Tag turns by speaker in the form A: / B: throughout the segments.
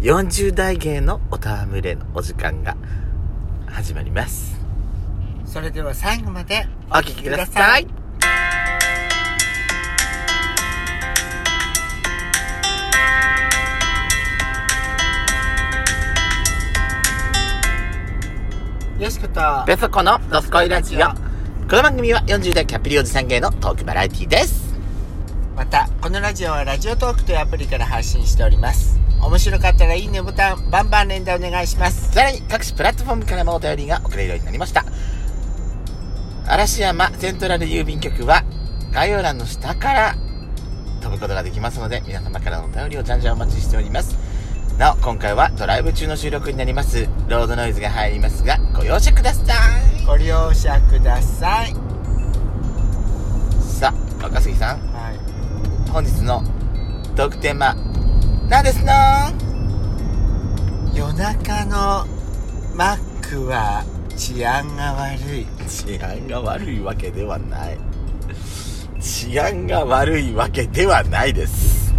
A: 40代芸のおたむれのお時間が始まります。
B: それでは最後まで
A: お聞きください。
B: よしことは
A: ベソコのドスコイラジオ。この番組は40代キャッピリおじさん芸のトークバラエティです。
B: またこのラジオはラジオトークというアプリから配信しております面白かったらいいねボタンバンバン連打お願いします
A: さらに各種プラットフォームからもお便りが送れるようになりました。嵐山セントラル郵便局は概要欄の下から飛ぶことができますので皆様からのお便りをじゃんじゃんお待ちしております。なお、今回はドライブ中の収録になります。ロードノイズが入りますが、ご容赦ください。
B: ご了承ください
A: さあ、若杉さん。
B: はい
A: 本日のトークテーマ何ですな
B: 夜中のマックは治安が悪い
A: 治安が悪いわけではない治安が悪いわけではないです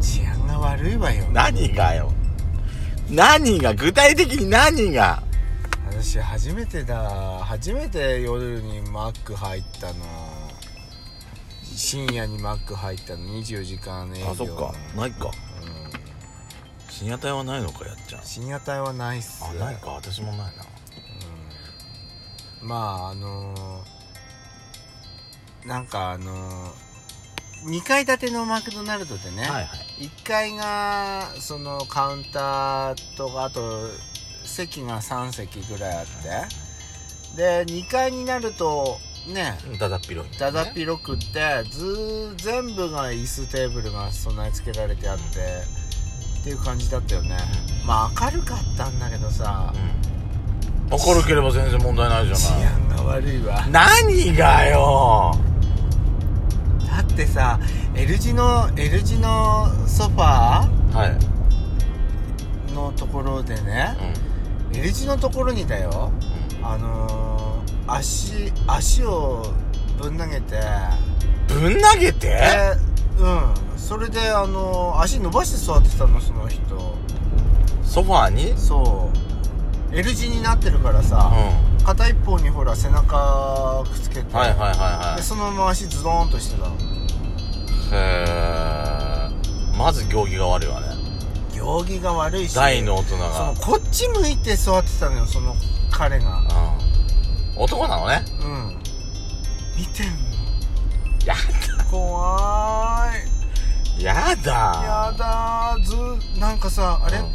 B: 治安が悪いわよ
A: 何がよ何が具体的に何が
B: 私初めてだ初めて夜にマック入ったの深夜にマック入ったの24時間営業の
A: あそっかないか
B: うん
A: 深夜帯はないのかやっちゃん
B: 深夜帯はないっす
A: あないか私もないな
B: うんまああのーなんかあの2階建てのマクドナルドでね、
A: はいはい
B: 1階がそのカウンターとあと席が3席ぐらいあってで2階になるとね
A: だだっ広い
B: だだっ広くってずー全部が椅子テーブルが備え付けられてあってっていう感じだったよねまあ明るかったんだけどさ
A: うん明るければ全然問題ないじ
B: 治
A: ゃない
B: 安が悪いわ
A: 何がよ
B: だってさ L 字の L 字のソファ
A: はい、
B: ーのところでね L 字のところにだよあのー、足足をぶん投げてで
A: うん、ぶん投げて
B: うんそれであのー、足伸ばして座ってたのその人
A: ソファーに
B: そう L 字になってるからさ、
A: は
B: 片一方にほら背中くっつけ
A: い
B: て、
A: はいはいは
B: でそのまま足ズドーンとしてたの
A: いへえまず行儀が悪いわね
B: 行儀が悪いし
A: 大の大人
B: そ
A: が
B: のこっち向いて座ってたのよその彼が
A: うん男なのね
B: うん見てん
A: や
B: の怖ーい
A: だやだ
B: やだーずーなんかさあれ、
A: うん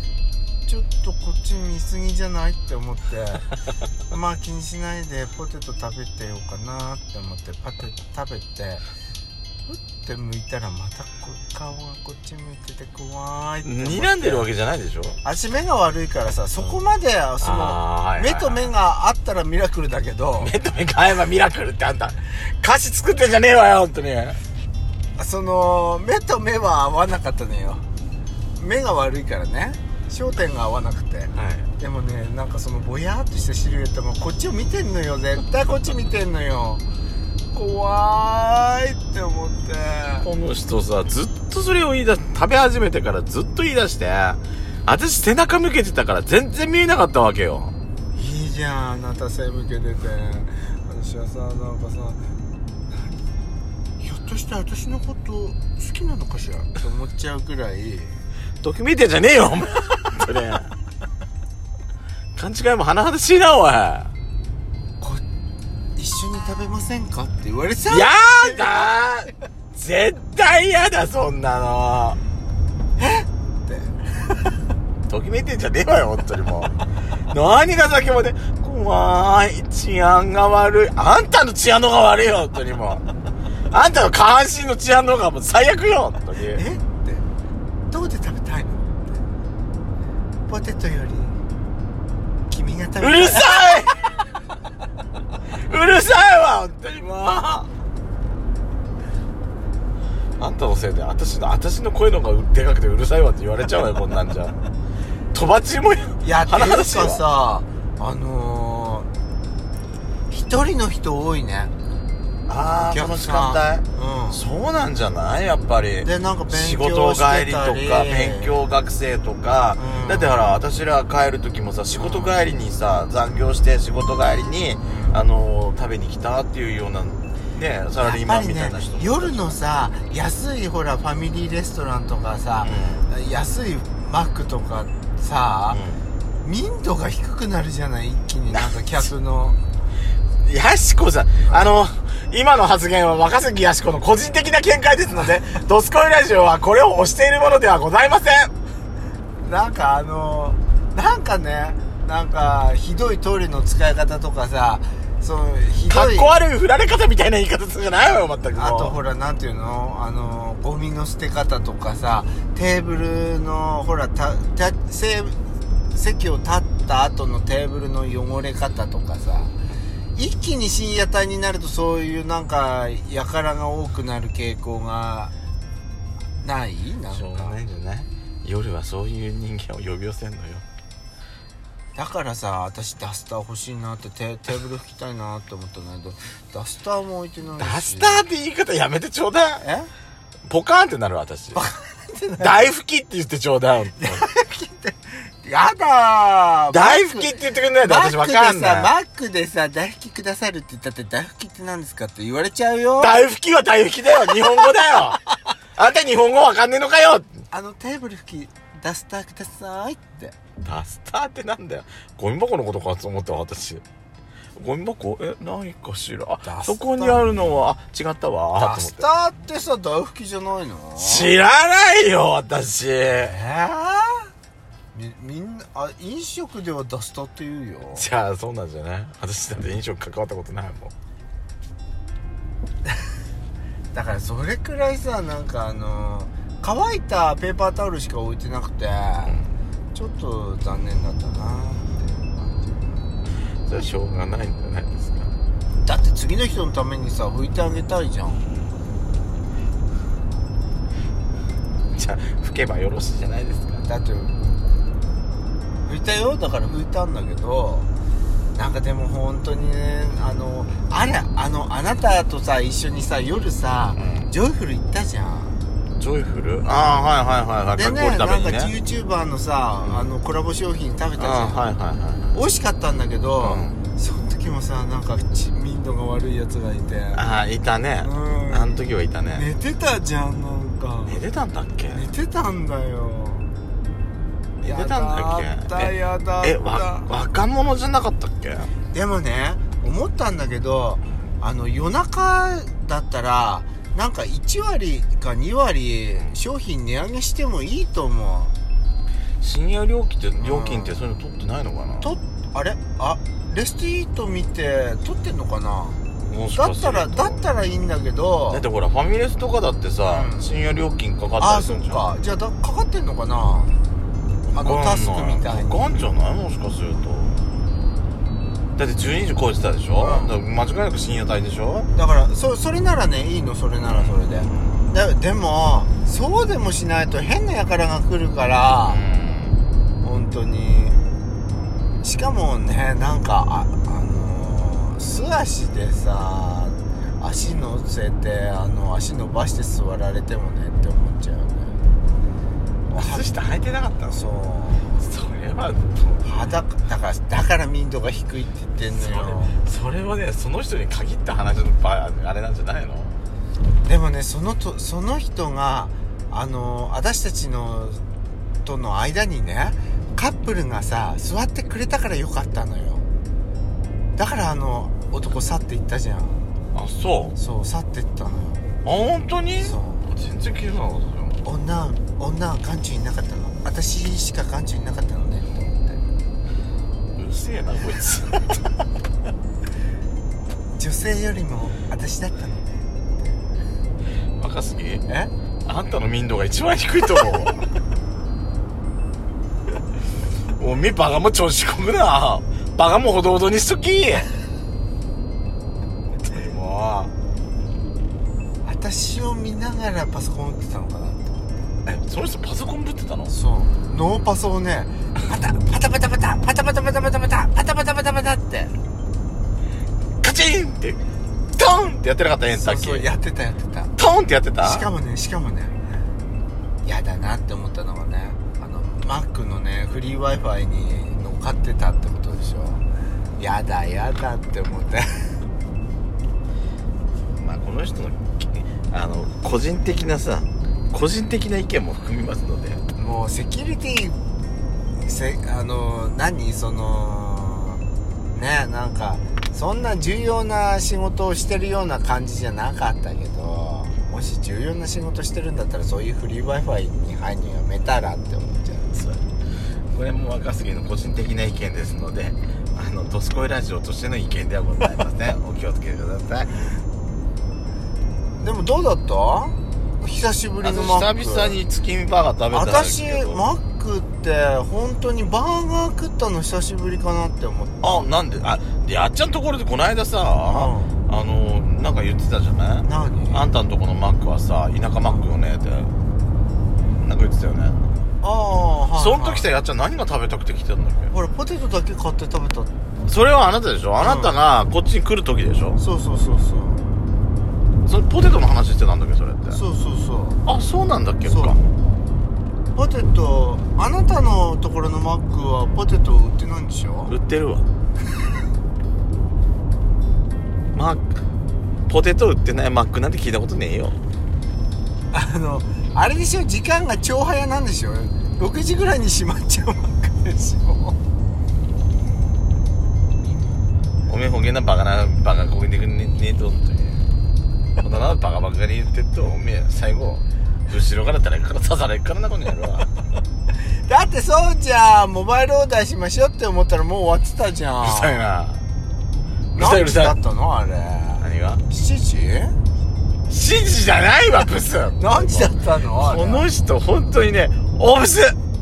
B: ちょっとこっち見すぎじゃないって思って まあ気にしないでポテト食べてようかなって思ってパテ食べてふって向いたらまたこ顔がこっち向いてて怖いって思って
A: 睨んでるわけじゃないでしょ
B: 足目が悪いからさそこまでその
A: あーはいはい
B: 目と目があったらミラクルだけど
A: 目と目が合えばミラクルってあんた歌詞作ってんじゃねえわよ本当に
B: その目と目は合わなかったのよ目が悪いからね焦点が合わなくてでもねなんかそのぼやーっとしたシルエットもこっちを見てんのよ絶対こっち見てんのよ怖ーいって思って
A: この人さずっとそれを言い出し食べ始めてからずっと言い出して私背中向けてたから全然見えなかったわけよ
B: いいじゃんあなた背向けてて私はさなんかさ何ひょっとして私のこと好きなのかしらって思っちゃうくらい
A: ときめいてんじゃねえよ、お前。それ。勘違いも甚だしいな、おい。
B: こ一緒に食べませんかって言われちゃう
A: やだ絶対やだ、そんなの。
B: って
A: ときめいてんじゃねえわよ、本当にもう。何が先まで、怖い、治安が悪い。あんたの治安の方が悪いよ、本当にもう。あんたの下半身の治安の方がもう最悪よ、本当に。
B: えってどうで食べたいのってポテトより君が食べ
A: う
B: たい
A: るさいうるさいわ本当にもうあんたのせいで私の私の声の方がでかくてうるさいわって言われちゃうわよこんなんじゃとばっちりも
B: いやっていう
A: 甚だ
B: か
A: しいわ
B: さあのー、一人の人多いね
A: あ
B: お
A: ーこ
B: 客
A: の時間
B: さん
A: 帯そうなんじゃないやっぱり
B: うんでなんか勉強して
A: 仕
B: たり
A: 事帰りとか勉強学生とか、
B: うん
A: だってほら私ら帰る時もさ仕事帰りにさ残業して仕事帰りに、あのー食べに来たっていうようなねサラリーマンみたいな人
B: やっぱりね、夜のさ安いほらファミリーレストランとかさ、安いマックとかさ、民度が低くなるじゃない一気になんか客の
A: うんやしこさんあの今の発言は若杉やしこの個人的な見解ですの で「ドスコイラジオ」はこれを推しているものではございません
B: なんかあのなんかねなんかひどいトイレの使い方とかさそのひ
A: かっ
B: どい
A: こ悪い振られ方みたいな言い方するじゃないわよ全く
B: あとほらなんていうのあのゴミの捨て方とかさテーブルのほらたたせ席を立った後のテーブルの汚れ方とかさ一気に深夜帯になるとそういうなんかやからが多くなる傾向がないなん
A: しょうが
B: か
A: ないんじゃない夜はそういう人間を呼び寄せんのよ
B: だからさ私ダスター欲しいなってテテーブル拭きたいなって思ったんだけどダスターも置いてないし
A: ダスターって言い方やめてちょうだい
B: え
A: ポカーンってなる私大拭きって言ってちょうだい
B: やだー
A: 大拭きって言ってくんないと
B: マッ
A: 私
B: ク
A: わ
B: で
A: かん
B: さ、
A: ない
B: マックでさ、大吹きくださるって言ったって、大吹きって何ですかって言われちゃうよ。
A: 大拭きは大拭きだよ日本語だよあんた日本語わかんねえのかよ
B: あのテーブル吹き、ダスターくださいって。
A: ダスターってなんだよゴミ箱のことかと思ったわ私ゴミ箱え何かしら
B: ダスタ
A: あ
B: ー
A: そこにあるのはあ違ったわ
B: ダ
A: と思っ
B: ス
A: て
B: ターってさ、大吹きじゃないの
A: 知らないよ私
B: えー、み、みんな、あ、飲食ではダスターって言うよ。
A: じゃあそうなんじゃない私だって飲食関わったことないもん
B: だからそれくらいさ、なんかあの、乾いたペーパータオルしか置いてなくて、ちょっと残念だったなっていう感じ。
A: それはしょうがないんじゃないですか
B: だって次の人のためにさ、拭いてあげたいじゃん。
A: じゃあ吹けばよろしいじゃないですか
B: だって拭いたよだから拭いたんだけどなんかでも本当にねあのあれあのあなたとさ一緒にさ夜さ、
A: うん
B: ジョイフル行ったじゃん
A: ジョイフルああはいはいはいはい
B: で
A: かっこい
B: ね
A: いため
B: なん
A: に
B: か
A: ね
B: YouTuber のさ、あのコラボ商品食べたじゃ
A: あ
B: ん、
A: あはいはいはい
B: 美味しかったんだけど、その時もさなんかち民度が悪いやつがいて
A: ああいたね
B: うん
A: あの時はいたね
B: 寝てたじゃんなんか
A: 寝てたんだっけ
B: 寝てたんだよ
A: 寝てたんだっけ
B: やだったやだった
A: えわ若者じゃなかったっけ
B: でもね思ったんだけどあの夜中だったらなんか1割か2割商品値上げしてもいいと思
A: 深夜料金って料金ってそういうの取ってないのかな
B: うとあれあレストイート見て取ってんのかな
A: もし
B: だ
A: か
B: っ
A: す
B: た
A: ると
B: らだったらいいんだけど
A: だってほらファミレスとかだってさ
B: うん
A: 深夜料金かかった
B: あ
A: り
B: あ
A: す
B: そ
A: る
B: っ
A: じゃん
B: かじゃあだかかってんのかなあのタスクみたいに
A: ガンじゃないもしかするとだって12時超えてたでしょ、
B: うん
A: だから間違いなく深夜帯でしょ
B: だからそそれならねいいのそれならそれでだでもそうでもしないと変な輩が来るから、
A: うん
B: 本当にしかもねなんかあ、あのー素足でさ足乗せてあの足伸ばして座られてもねって思っちゃうね
A: 靴下履いてなかったの
B: そう
A: それは
B: 裸だからだから民度が低いって言ってんの
A: それ
B: よ
A: それはねその人に限った話の場合あれなんじゃないの
B: でもねそのとその人があの私たちのとの間にねカップルがさ座ってくれたからよかったのよだからあの男去っていったじゃん
A: あそう
B: そう去っていったのよ
A: あ本当に
B: そう
A: 全然気づかなかったよ
B: 女女は眼中になかったの私しか眼中になかったのねと思って
A: うるせえ なこいつ
B: 女性よりも私だったのね
A: 若杉
B: え
A: あんたの民度が一番低いと 思うわおめえバカも調子こくなバカもほどほどにしと き本当にも
B: 私を見ながらパソコン打ってたのかなと思って
A: うえその人パソコンぶってたの
B: そうノーパソをねパタパタパタパタパタパタパタパタパタパタパタパタパタって
A: カチンってドンってやってなかったねさっき
B: そうそうやってたやってた
A: トーンってやってた
B: しかもねしかもね嫌だなって思ったのがねあの Mac のねフリー w i f i に乗っかってたってことでしょやだやだって思って
A: まあ、この人のきあの個人的なさ個人的な意見も含みますので
B: もうセキュリティせあの何そのねなんかそんな重要な仕事をしてるような感じじゃなかったけどもし重要な仕事してるんだったらそういうフリー w i f i に入るのやめたらって思っちゃう
A: これも若杉の個人的な意見ですのであの「ドスコイラジオ」としての意見ではございま せんお気をつけください
B: でもどうだった久しぶり
A: あ
B: の
A: の
B: マック
A: 久々に月見バーガー食べたんです
B: 私
A: けど
B: マックって本当にバーガー食ったの久しぶりかなって思って
A: あなんであでやっちゃんところでこの間さ、あのなんか言ってたじゃない
B: 何
A: あんたんとこのマックはさ田舎マックよねってなんか言ってたよね、
B: ああはい
A: その時さ
B: はい
A: やっちゃん何が食べたくて来てたんだっ
B: ほらポテトだけ買って食べた
A: けそれはあなたでしょあなたがこっちに来る時でしょ、
B: そうそうそうそう
A: それポテトの話してたんだっけそれって
B: そうそうそう
A: あそうなんだっけ
B: そう
A: か
B: ポテトあなたのところのマックはポテト売ってないんでしょ
A: 売ってるわ マックポテト売ってないマックなんて聞いたことねえよ
B: あのあれでしょ時間が超早なんでしょ6時ぐらいに閉まっちゃうマックでしょ
A: おめえほげなバカなバカこげてくんねねえとんとこんなのバカバカに言ってっとおめえ最後後ろから誰かから刺されっからなこの野郎は
B: だってそうじゃんモバイルオーダーしましょうって思ったらもう終わってたじゃ ん
A: うるさいなうるさいうる
B: 何時
A: さ
B: だ
A: い
B: ったのあれ
A: 何が
B: 7時
A: 指示じゃないわブス
B: 何時だったのあれ
A: この人本当にねオブス